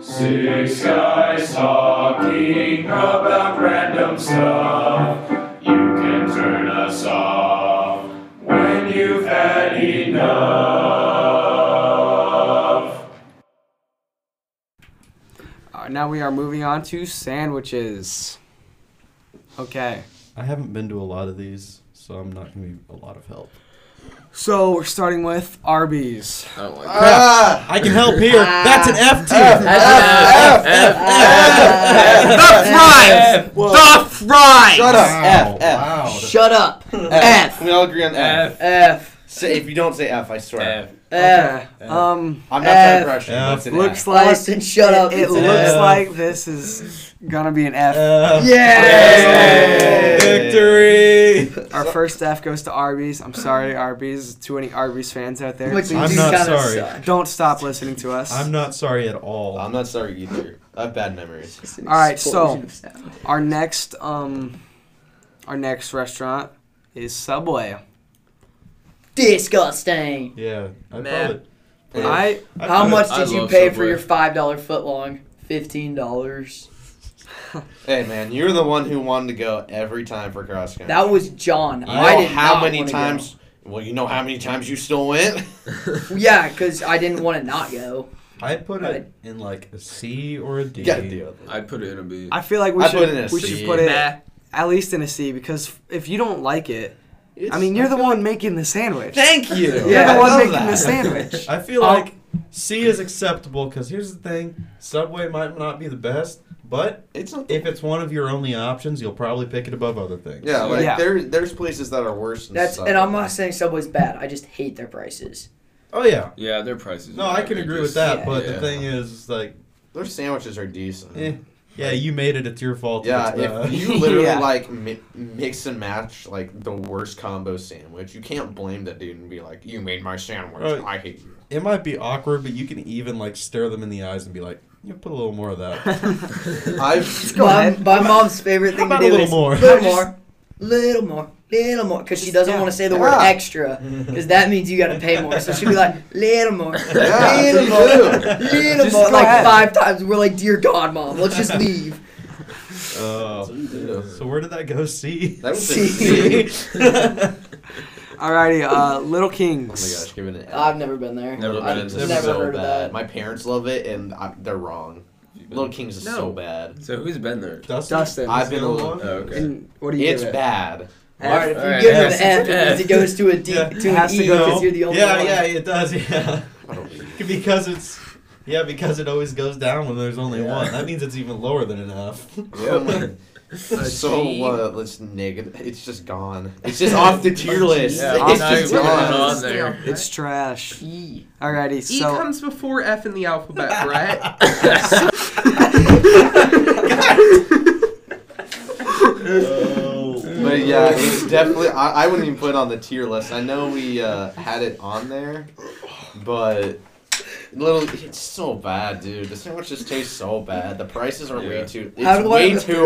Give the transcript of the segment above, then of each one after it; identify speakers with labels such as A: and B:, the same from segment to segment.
A: Six guys talking about random stuff. You can turn us off when you've had enough.
B: Uh, now we are moving on to sandwiches. Okay.
C: I haven't been to a lot of these, so I'm not going to be a lot of help.
B: So we're starting with Arby's.
D: Oh my god.
E: Ah!
C: I can help here. That's an F
E: F,
C: tier.
E: F, F, F, F, F, F.
B: fries! The fries!
E: Shut up.
C: Wow,
E: F, F.
C: wow.
D: Shut up.
E: F. We all agree on F.
D: F.
B: F.
E: Say if you don't say F, I swear.
D: F.
B: Okay. Um,
E: I'm not
B: F.
E: trying to pressure you.
C: F.
E: That's an
B: looks
E: F.
B: like.
D: Austin, shut
B: it,
D: up.
B: It
D: It's an
B: looks
C: F. Eh.
B: like this is gonna be an F.
C: F.
E: Yay!
C: Victory.
B: Our first F goes to Arby's. I'm sorry, Arby's. To any Arby's fans out there,
D: Which
C: I'm
D: do
C: not
D: kinda
C: sorry.
D: suck.
B: don't stop listening to us.
C: I'm not sorry at all.
E: I'm not sorry either. I have bad memories.
D: It's an
B: All right,
D: explosion
B: so-
D: of sound.
B: Our next um our next restaurant is Subway.
D: disgusting.
C: yeah, I
D: Man.
C: love it.
B: I
C: I
D: How
C: love
D: much
C: it.
D: did did you you
E: love
D: pay for
E: Subway.
D: your five dollar footlong? Fifteen dollars.
E: Hey man, you're the one who wanted to go every time for cross country.
D: That was John.
E: You
D: I
E: know
D: did
E: how
D: not
E: many
D: wanna go.
E: times? Well, you know how many times you still went.
D: Yeah, because I didn't want to not go.
C: I put it in like a C or a D.
E: you gotta deal with it.
F: I put it in a B.
B: I feel like we
E: I put
B: should
E: it in a
B: we
E: C.
B: should put it at least in a C because if you don't like it, I mean you're the one making the sandwich.
E: Thank you.
B: You're
E: Yeah,
B: the
E: I
B: one
E: know
B: making
E: that.
B: the sandwich.
C: I feel
B: I'll-
C: like
D: Oh.
C: C is acceptable because here's the thing: Subway might not be the best, but
E: It's not.
C: if it's one of your only options, you'll probably pick it above other things.
E: yeah, like
B: Yeah.
E: there, there's places that are worse. Than
D: That's
E: stuff.
D: and I'm not saying Subway's bad. I just hate their prices.
C: Oh yeah.
F: yeah, their prices.
C: No,
F: are
C: I can agree with that,
F: outrageous.
D: Yeah.
C: but
F: Yeah.
C: the thing is, like,
E: Their sandwiches are decent.
C: eh, yeah, you made it. It's your fault. if
E: Yeah,
C: it's bad.
E: if you literally
B: Yeah.
E: like mi- mix and match like the worst combo sandwich, you can't blame the dude and be like, "You made my sandwich.
C: Right.
E: I hate you."
C: it might be awkward, but you can even like stare them in the eyes and be like, "You put a little more of that.
E: I've
B: Go
D: my,
B: ahead.
D: my mom's favorite thing to
C: about
D: do
C: a little
D: is
C: more?
D: little more, little more, little more, because she
B: Just-
D: doesn't
B: yeah.
D: want to say the word
E: Yeah.
D: extra, because that means you got to pay more. So she'll be like, little more,
E: Yeah,
D: little
E: you
D: more,
E: do.
D: little
B: Just
D: more,
B: go
D: like
B: ahead.
D: five times. We're like, dear God, mom, let's just leave.
C: Uh, so where did that go? C.
E: that was Oh a
D: See?
E: C.
B: Alrighty, uh, Little
E: Oh my gosh,
B: Kings.
E: give it an
D: I've
E: F.
D: never been there.
F: Never been
E: I've
F: into
E: never
D: Never
E: so
D: heard of
E: bad.
D: that.
E: My parents love it, and I, they're wrong. Little Kings is so
F: No.
E: bad.
F: So who's been there?
C: Dustin.
B: Dustin.
E: I've been
C: the
E: a
C: other
E: little-
C: one?
F: Oh, okay.
B: And what do you
E: It's
B: give it?
E: bad.
D: All right, if you
F: All right,
D: give her
F: F.
D: the F, it means it goes to a D,
C: Yeah.
D: to an
B: Has
D: E,
B: to go.
D: because you're the only
C: yeah,
D: one.
C: yeah, it does. Yeah,
E: I don't believe you.
C: because it's yeah because it always goes down when there's only
F: Yeah.
C: one. That means it's even lower than an F.
E: Oh my- so what? let's negative. It's just gone. It's just off the tier list.
F: Yeah,
B: I'm
E: it's
B: not
E: just
B: even
E: gone.
F: on there.
B: It's trash.
D: E.
B: Alrighty,
G: E
B: so
G: comes before F in the alphabet, right?
C: oh.
E: But yeah, it's definitely. I, I wouldn't even put it on the tier list. I know we uh, had it on there, but little, it's so bad, dude. The sandwiches taste so bad. The prices are
F: Yeah.
E: way too. It's
D: How do I
E: way
D: agree
E: too
D: too?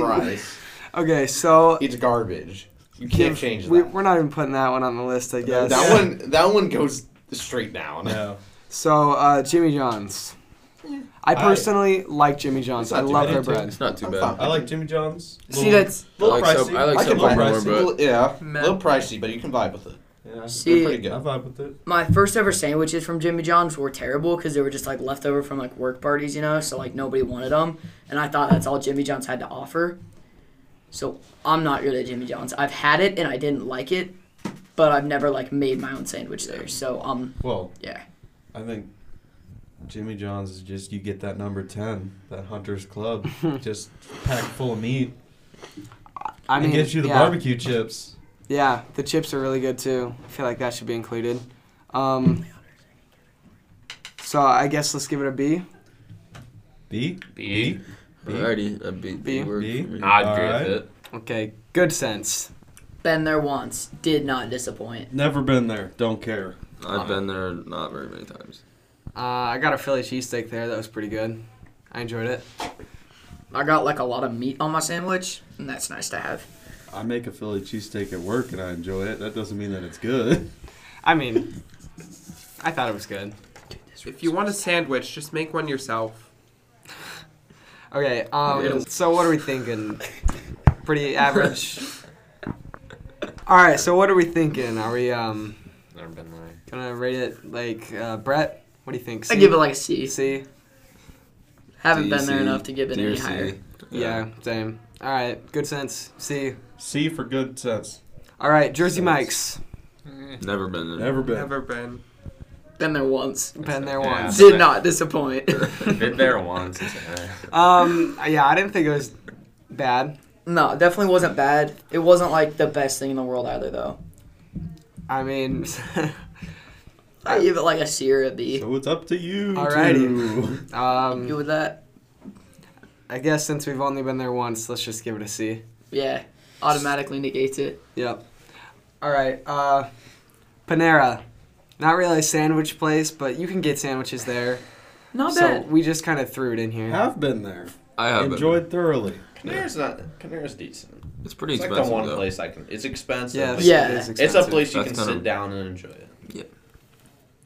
E: overpriced.
B: okay, so
E: It's garbage. You can't
B: give-
E: change
B: we,
E: that.
B: we're not even putting that one on the list, I guess.
E: That
C: Yeah.
E: one. That one goes straight down.
C: No.
B: So uh, Jimmy John's. I
C: I-
B: personally like Jimmy John's.
E: not
B: I
E: too
B: love
C: bad.
B: their
C: Me too.
B: bread.
F: It's not too
E: I'm
F: bad.
E: fine.
C: I like Jimmy John's.
B: See, that's
C: little
F: I like
C: pricey.
F: sub- I like
E: I can
F: Subway
E: vibe
F: more,
E: with
F: but
E: it. yeah, a
G: Meh.
E: little pricey, but you can vibe with it.
C: yeah,
E: They're
D: See,
E: pretty
C: I
E: good.
C: vibe with it.
D: my first ever sandwiches from Jimmy John's were terrible because they were just like leftover from like work parties, you know. So like nobody wanted them, and I thought that's all Jimmy John's had to offer. So I'm not good at Jimmy John's. I've had it and I didn't like it, but I've never like made my own sandwich there. So um,
C: Well,
D: yeah,
C: I think Jimmy John's is just you get that number ten, that Hunter's Club, just packed full of meat.
B: I mean,
C: and gives you the
B: yeah,
C: barbecue chips.
B: Yeah, the chips are really good too. I feel like that should be included. Um, so I guess let's give it a B.
C: B
E: B.
C: B?
F: Alrighty, a B.
B: B.
F: B. word
C: B?
F: for me.
C: I'd agree with it.
B: Okay, good sense.
D: been there once, did not disappoint.
C: Never been there. Don't care.
F: I've been there not very many times.
B: Uh, I got a Philly cheesesteak there. That was pretty good. I enjoyed it.
D: I got like a lot of meat on my sandwich, and that's nice to have.
C: I make a Philly cheesesteak at work and I enjoy it. That doesn't mean that it's good.
B: I mean, I thought it was good.
G: If you want a sandwich, just make one yourself.
B: Okay, um, so what are we thinking? Pretty average. All right, so what are we thinking? Are we um
E: Never been there.
B: gonna rate it like uh, Brett? What do you think?
D: I give it like a
B: C.
D: C.
B: C?
D: Haven't been
F: DC,
D: there enough to give it any
F: DRC.
D: higher.
B: Yeah. same. All right, good sense. C.
C: C for good sense.
B: All right, Jersey Mike's.
F: Never been there.
C: Never been.
G: Never been.
D: Been there once.
B: Been there
E: Yeah.
B: once.
D: Did not disappoint.
E: Been there once. it's, eh.
B: Um, yeah, I didn't think it was bad.
D: no, definitely wasn't bad. It wasn't like the best thing in the world either, though.
B: I mean,
D: I give it like a C or a B.
C: So it's up to you.
B: Alrighty.
D: You
B: um,
D: with that?
B: I guess since we've only been there once, let's just give it a C.
D: Yeah. Automatically negates it.
B: Yep. All right. Uh, Panera. Not really a sandwich place, but you can get sandwiches there.
D: Not
B: so
D: bad.
B: we just kind of threw it in here.
C: to have been there.
F: I have been
C: Enjoyed thoroughly.
H: Panera's not. Panera's decent.
F: there. It's pretty
H: It's like
F: expensive
H: the one
F: though.
H: place I can. It's expensive.
B: Yeah,
H: but
D: Yeah.
B: it is
H: It's a
B: expensive.
H: place you
F: That's
H: can
F: kinda-
H: sit down and enjoy it.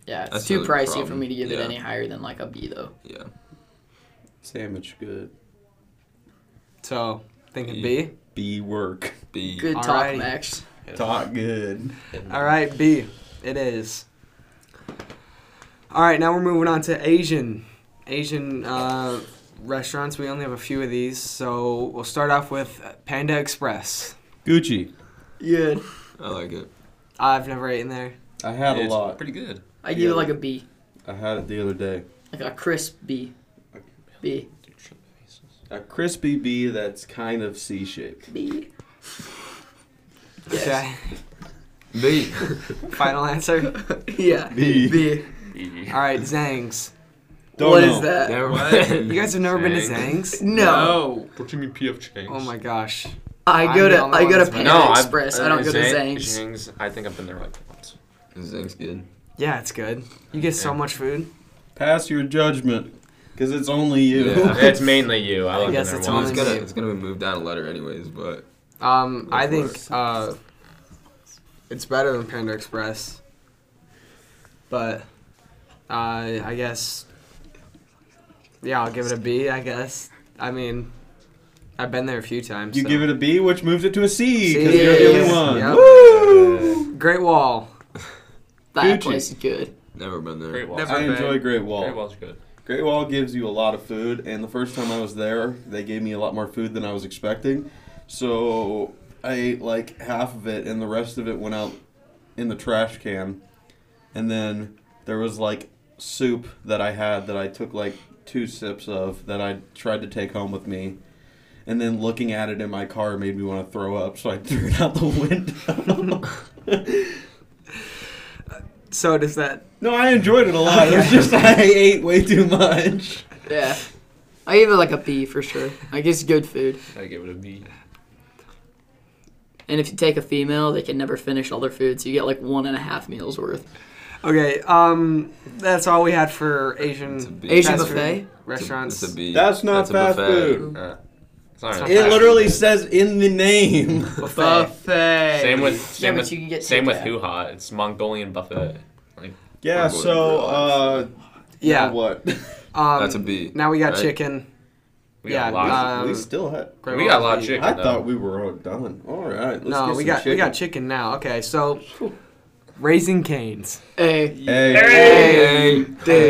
D: Yeah, it's
F: That's
D: too
F: the other
D: pricey for
F: problem.
D: me to give it
F: Yeah.
D: any higher than like a B though.
F: Yeah.
C: Sandwich good.
B: So thinking B.
F: B.
C: B work.
F: B.
D: Good talk,
B: Alrighty.
D: Max.
C: Talk good.
B: All right, B. It is. All right, now we're moving on to Asian, Asian uh, restaurants. We only have a few of these, so we'll start off with Panda Express.
C: Gucci.
D: Yeah.
F: I like it.
B: I've never eaten there.
C: I had a
F: It's
C: lot.
F: Pretty good.
D: I give
C: Yeah.
D: it like a B.
C: I had it the other day.
D: Like a crisp B. B.
C: A crispy B that's kind of C shaped.
D: B.
B: Okay.
F: B.
B: Final answer.
D: Yeah.
C: B.
D: B.
B: All right, Zangs.
C: Don't
D: What
C: know.
D: is that?
F: Never
E: What?
F: been.
B: You guys have never been to
E: Zangs?
B: Zangs?
D: No.
E: What do you mean PF Chang's?
B: Oh my gosh.
D: I go
B: I'm the
D: to
B: only
D: I
B: one
D: go
B: that's
D: to
B: been-
D: Panda
E: No, I've-
D: Express. I don't go to
E: Zang-
D: Zang's.
E: Zang's. I think I've been there like once.
F: Zing's good.
B: Yeah, it's good. You get so much food.
C: Pass your judgment, because it's only you.
F: Yeah.
E: it's mainly you. I,
B: I
E: lived
B: guess
E: in
B: it's
E: there
F: Well,
E: once.
F: it's
B: only
F: gonna
B: me.
F: it's gonna be moved down a letter anyways, but
B: Um, I
F: Go for
B: think uh, it's better than Panda Express, but uh, I guess yeah, I'll give it a B. I guess. I mean, I've been there a few times.
C: You
B: so.
C: give it a B, which moves it to a C, because
B: C.
C: you're the
B: Yes.
C: only one.
B: Yep.
C: Woo!
B: Great Wall.
D: That
C: Gucci.
D: place is good.
F: never been there.
E: Great Wall.
G: Never
C: I
G: been.
C: enjoy Great Wall.
E: Great Wall's good.
C: Great Wall gives you a lot of food, and the first time I was there, they gave me a lot more food than I was expecting. So I ate like half of it, and the rest of it went out in the trash can. And then there was like soup that I had that I took like two sips of that I tried to take home with me. And then looking at it in my car made me want to throw up, so I threw it out the window.
B: So does that?
C: no, I enjoyed it a lot. It was just I ate way too much.
D: Yeah. I give it like a B for sure. I guess good food.
E: I give it a B.
D: And if you take a female, they can never finish all their food, so you get like one and a half meals worth.
B: Okay. Um, that's all we had for Asian
F: It's a B.
D: Asian
B: fast food
D: buffet?
B: restaurants.
F: It's a B.
C: That's not
F: That's a
C: fast
F: buffet.
C: food.
E: Uh, it's not
B: It's
E: really
C: It
E: fast.
C: literally says in the name.
B: buffet.
G: Buffet.
E: Same with
D: Yeah,
E: same
D: but
E: with
D: you can get
E: same with
D: takeout.
E: Hoo Ha. It's Mongolian buffet.
C: Yeah, so uh now
B: Yeah.
C: what?
B: Um,
F: That's a B.
B: Now we got
F: right?
B: chicken.
E: We got
B: Yeah,
E: a lot.
B: um,
C: we still had
B: Great
E: we
B: Wall's
E: got a lot of
B: B.
E: chicken.
C: I
E: though.
C: thought we were all done. All right, let's
B: no,
C: get
B: we
C: some
B: got we
C: chicken.
B: got chicken now. Okay, so raising canes.
D: Hey,
C: Hey,
F: Hey.
C: hey,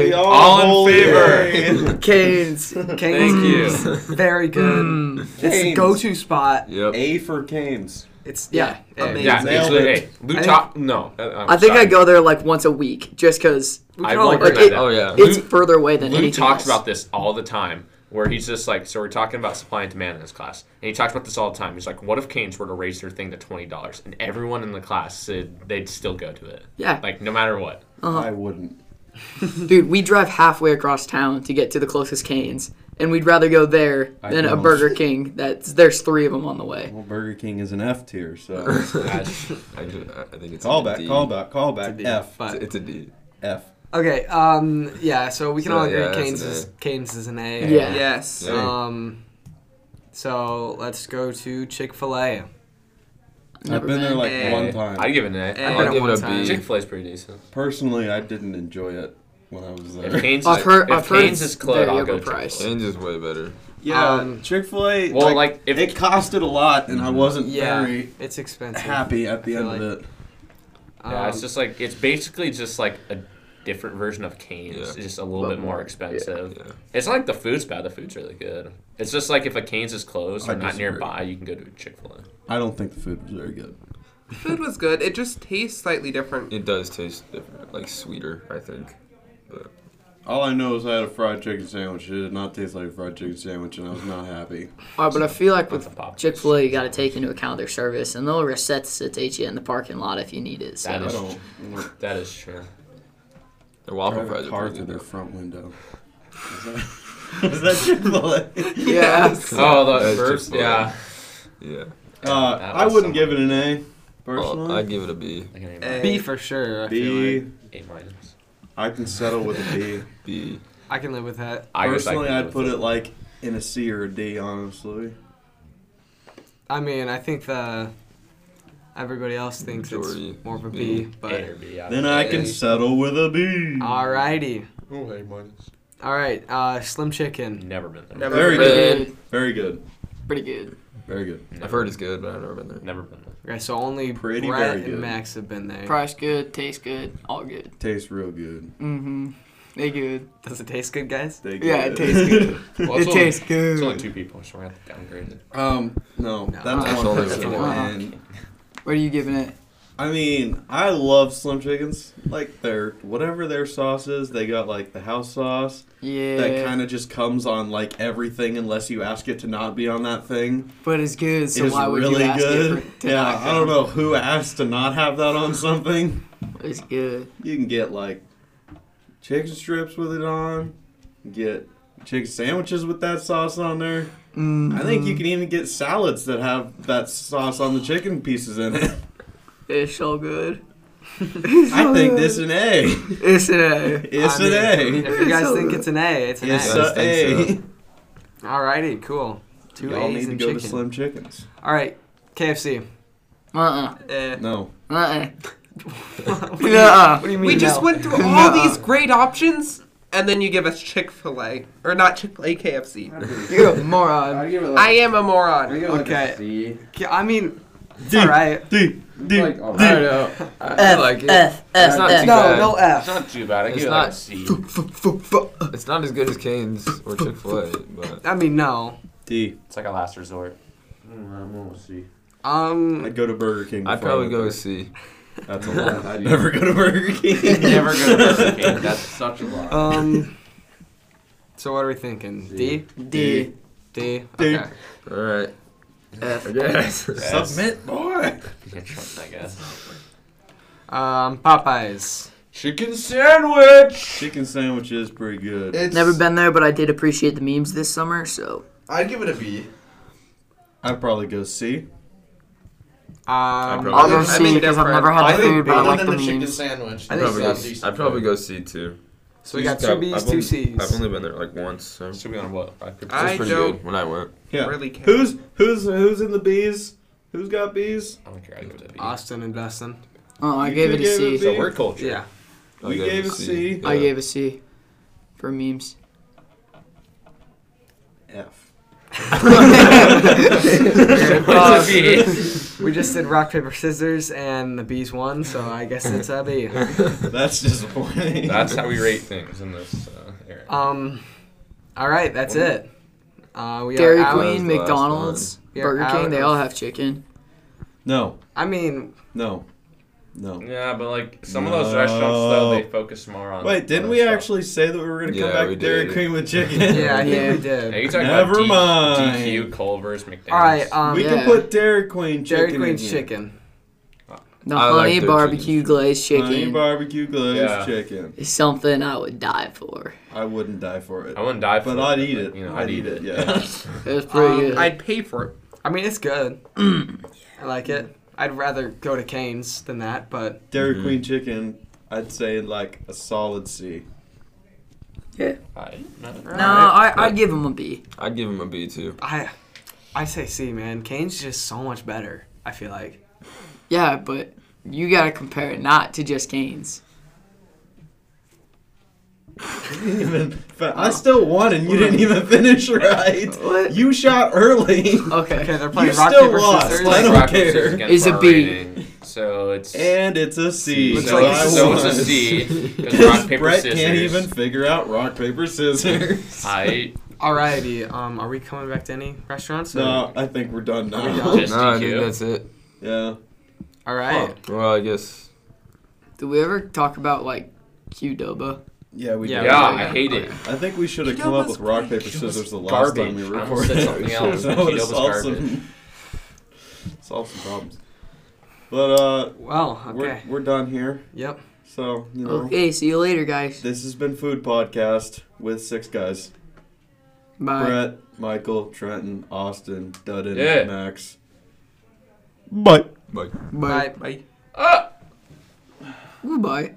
D: dude.
E: All in
C: holy
E: favor.
C: hey.
B: Canes,
D: Canes.
F: Thank you.
B: very good.
D: Mm.
B: It's the
C: Canes.
B: go-to spot.
F: Yep.
C: A for Canes.
B: It's yeah,
D: Yeah,
B: hey.
E: Yeah,
C: Nailed
E: it's,
C: it.
E: hey, Lucha. No, uh, I'm
D: I think
E: sorry.
D: I go there like once a week just because
B: We
E: I
B: can all
E: won't
B: agree.
D: like it-
E: that.
F: Oh yeah.
D: it's
E: Lou-
D: further away than
E: Lou
D: anything
E: talks
D: else.
E: about this all the time, where he's just like, so we're talking about supply and demand in this class, and he talks about this all the time. He's like, what if Canes were to raise their thing to twenty dollars, and everyone in the class said they'd still go to it,
D: Yeah,
E: like no matter what.
C: I wouldn't.
D: dude, we drive halfway across town to get to the closest Canes, and we'd rather go there
C: I
D: than a
C: don't.
D: Burger King. That's there's three of them on the way.
C: Well, Burger King is an F tier, so
E: That's-
F: I, ju- I think it's
C: call
F: a
C: back,
F: D.
C: call back, call
B: It's
C: back.
B: a D,
C: F,
B: but-
F: It's a D.
C: F.
B: Okay, um, yeah. So we can
F: So,
B: all agree
F: yeah, that's
B: Canes
F: an
B: is
F: A.
B: Canes is an A.
D: Yeah.
G: Yes.
F: Yeah.
B: Um, so let's go to Chick Fil A.
D: Never
C: I've been there like
G: A.
C: one time.
E: I'd give it an A.
G: I've
F: I'll
B: been at
F: give
B: one
F: it a
B: time.
F: B.
E: Chick Fil A's pretty decent.
C: Personally, I didn't enjoy it. when I was
E: If
C: there.
E: Canes,
B: I've
E: is,
B: heard-
E: if
B: I've heard
E: Canes
B: it's
E: is closed,
B: very
E: I'll go
B: overpriced.
E: Chick-fil-A.
F: Change is way better.
C: Yeah,
B: Um,
C: Chick Fil A.
E: Well, like, if-
C: it costed a lot, and I wasn't
B: Yeah,
C: very
B: it's expensive.
C: happy at the
B: I
C: end
B: feel
C: of it.
E: Yeah,
B: Um,
E: it's just like it's basically just like a different version of Canes.
F: Yeah.
E: It's just a little bit more expensive.
F: Yeah.
E: It's not like the food's bad. The food's really good. It's just like if a Canes is closed
C: I
E: or not
C: disagree.
E: nearby, you can go to a Chick Fil A.
C: I don't think the food was very good.
G: Food was good. It just tastes slightly different.
F: It does taste different, like sweeter, I think. But
C: All I know is I had a fried chicken sandwich. It did not taste like a fried chicken sandwich, and I was not happy.
D: All right, Uh, but I feel like
E: With
D: with
E: the pop.
D: Chick Fil A, you got to take into account their service, and they'll resuscitate you in the parking lot if you need it. So.
E: That
C: I
E: is-
C: don't. want
E: That is true.
F: the
C: to
F: waffle
C: drive
F: fries
C: a
F: are
C: car
F: pretty
C: through their
F: good.
C: front window. Is that Chick Fil A?
G: Yes.
E: Oh,
F: That
E: the
F: is
E: first,
F: Chick-fil-A.
E: yeah.
F: Yeah.
C: Uh,
E: That
C: I
E: was
C: wouldn't
E: somewhere.
C: give it an A.
F: Well,
C: Personally,
F: I'd give it a B.
E: Like an
G: Eh.
E: A,
B: B for sure. I feel
C: B.
B: like.
E: A minus.
C: I can settle with a B.
F: B.
B: I can live with that.
E: I guess I
C: Personally,
E: could
C: I'd
E: go
C: put
E: with
C: it like in a C or a D. Honestly,
B: I mean, I think the everybody else thinks
F: Majority
B: it's more of a
F: is
B: B,
F: B.
B: but
E: A or B. Yeah.
C: then I can
G: A.
C: settle with a B.
B: alrighty.
H: Oh, hey, minus.
B: All right, uh, Slim Chicken.
E: Never been there.
G: Never
C: Very
G: been
C: good.
G: there.
C: Very
D: Pretty good.
C: good.
D: Pretty good.
C: Very good.
F: I've heard it's good, but I've never been there.
E: Never been there.
B: Okay, so only
C: Pretty
B: Brett
C: very good.
B: and Max have been there.
D: Price good. Taste good. All good.
C: Tastes real good.
D: Mm-hmm. They good.
B: Does it taste good, guys?
C: They
D: Yeah,
C: good.
D: it tastes good.
E: Well, it's
D: it
E: only-
D: tastes
E: It's only
D: good.
E: two people, so we're gonna have to downgrade it.
C: um, no,
B: No,
C: that's
F: that's
C: one
F: only
C: person.
D: one.
C: And,
D: What are you giving it?
C: I mean, I love Slim Chickens. Like their whatever their sauce is, they got like the house sauce
D: Yeah.
C: that kind of just comes on like everything, unless you ask it to not be on that thing.
D: But it's good. So
C: it's
D: why would
C: really
D: you ask
C: good.
D: it for, to
C: yeah,
D: not
C: I don't
D: go?
C: know who asked to not have that on something.
D: It's good.
C: You can get like chicken strips with it on. Get chicken sandwiches with that sauce on there. I think
D: Mm-hmm.
C: you can even get salads that have that sauce on the chicken pieces in it.
D: It's so good.
C: I think this is an A.
D: It's an A.
C: It's
B: I mean,
C: an
B: If you guys
D: So
B: think
D: good.
B: it's an A, it's
C: A.
B: an
C: It's
B: A.
F: so-
C: an
F: guys
C: A.
F: think
B: Alrighty, cool. Two
C: Y'all
B: A's
C: need to
B: and
C: go
B: chicken.
C: to Slim Chickens.
B: All right, KFC.
D: Uh
G: Eh.
C: No.
D: uh. Uh uh.
B: what
D: Yeah.
B: do you mean?
G: We just
B: no?
G: went through all
D: Nuh-uh.
G: these great options, and then you give us Chick Fil A or not Chick Fil A KFC.
D: You're a moron.
H: give it
G: I am a
H: I'd
G: moron.
H: give it like
B: Okay.
H: a C.
B: K- I mean, it's
C: D.
B: all right.
C: D. D.
H: Like, oh,
C: D.
H: I
F: I like it.
D: F F
F: not
D: F.
F: too
B: No,
F: bad.
B: no
E: It's
B: F.
E: not too bad. I
F: It's
E: give it like
F: not-
E: a C.
F: It's not as good as Cane's or Chick Fil A, but
B: I mean, no.
C: D.
E: It's like a last resort. Mm, I'm a C.
B: Um,
C: I'd go to Burger King.
F: I'd
C: before I
F: probably
C: went
F: go
C: there.
F: with C.
C: That's a lot. I'd never go to Burger King.
E: Never go to Burger King. That's such a lot.
B: um. So what are we thinking? D.
D: D.
B: D.
C: D.
B: Okay.
F: All right.
D: F.
F: I guess.
C: Submit, boy.
E: I guess.
B: Um, Popeyes.
E: Chicken sandwich.
C: Chicken sandwich is pretty good.
H: It's,
D: Never been there, but I did appreciate the memes this summer. So
H: I'd give it a B.
C: I'd probably go C.
B: Um,
F: probably-
D: I'll
F: I'll go
D: go
F: I
D: C because I've never had
H: I
D: the
H: think
D: food, but I
H: other
D: like
H: than
D: the
H: the chicken
D: memes.
H: sandwich.
F: I'd
H: it's
F: probably,
H: not
F: go,
H: decent.
F: I'd probably go C too.
B: so we got two B's,
F: I've
B: two
F: only-
B: C's.
F: I've only been there like once. So. It was
E: Should be on what? Rock, paper,
G: I
F: pretty
G: don't-
F: good when I went.
C: Yeah.
G: Really care.
C: Who's who's who's in the bees? Who's got bees?
E: I don't care. I give it a B.
B: Austin and Dustin.
D: Oh, I
C: You
D: gave it a
C: gave it a
D: C.
E: So we're culture.
B: Yeah.
F: I
C: We gave
F: it
C: a C.
D: I gave a C for memes.
C: F.
E: It's a B.
B: We just did rock paper scissors, and the B's won, so I guess it's a B.
C: That's disappointing.
E: That's how we rate things in this uh, era.
B: Um, all right, that's it. Uh, we
D: Dairy
B: are out.
F: Queen,
D: Queen,
F: last
D: McDonald's,
B: We are
D: Burger
B: out
D: King, they
B: of-
D: all have chicken.
C: no,
B: I mean,
C: no, no.
E: yeah, but like some of those restaurants though, they focus more on.
C: Wait, didn't
E: other
C: we
E: stuff.
C: actually say that we were gonna come
F: Yeah,
C: back
F: we
C: to Dairy
F: did.
C: Cream with chicken?
B: yeah, I think
D: Yeah.
B: we did.
E: Are you talking
C: Never
E: about
C: mind.
E: D- DQ, Culver's, McDonald's?
B: All right, um,
C: we
D: yeah.
C: can put Dairy Queen chicken.
B: Dairy
C: in
B: Queen's
C: here.
B: chicken.
D: The
F: I like
D: honey
F: their
D: barbecue glazed
C: Honey
D: chicken
C: barbecue glazed
E: Yeah.
C: chicken.
D: is something I would die for.
C: I wouldn't die for it.
E: I wouldn't die for
C: but
E: it.
C: I'd eat it.
E: You know,
C: I'd, eat it. Yeah.
D: It was pretty
G: Um,
D: good.
G: I'd pay for it.
B: I mean, it's good. I like it. I'd rather go to Canes than that, but
C: Dairy Queen chicken. I'd say like a solid C.
E: I, no.
D: no, I, I'd give them a B.
F: I'd give him a B too.
B: I, I say C, man. Canes just so much better. I feel like.
D: Yeah, but you gotta compare it not to just Canes.
C: didn't even fin- I still won, and you didn't even finish right. You shot early.
B: Okay,
D: Okay.
B: they're playing
C: You
B: rock
C: still
B: paper
C: lost.
B: scissors.
C: I don't
E: Rock,
C: care.
E: scissors against
D: It's a
E: our
D: B.
E: rating. So it's
C: And it's a C.
E: so,
B: Looks like
C: I
B: a C.
E: so it's
C: won.
E: a C. 'cause
C: Because
E: rock paper
C: Brett
E: scissors.
C: can't even figure out rock paper scissors.
E: I
B: Alrighty, um, are we coming back to any restaurants? or-
C: no, I think we're done
B: Are we
C: now.
B: done?
E: just
F: No, I
E: DQ.
F: think that's it.
C: yeah.
B: All right.
F: Well, I guess.
D: Do we ever talk about like Qdoba?
C: Yeah, we
B: Yeah,
C: did.
E: yeah, I hate it.
C: I think we should have
G: Keto
C: come up
G: was
C: with rock
G: great.
C: paper
G: Keto was
C: scissors the last time we
E: garbage. I almost
C: recorded.
E: said something else,
C: That
E: but
C: would've
E: Keto was
C: solved
E: garbage.
C: some solved some problems. But uh,
B: Well,
C: we're
B: okay.
C: we're done here.
B: Yep.
C: So you know,
D: Okay, see you later, guys.
C: this has been Food Podcast with six guys:
D: Bye.
C: Brett, Michael, Trenton, Austin, Dudden,
E: Yeah.
C: Max.
H: But.
B: Bye.
G: Bye.
D: Goodbye.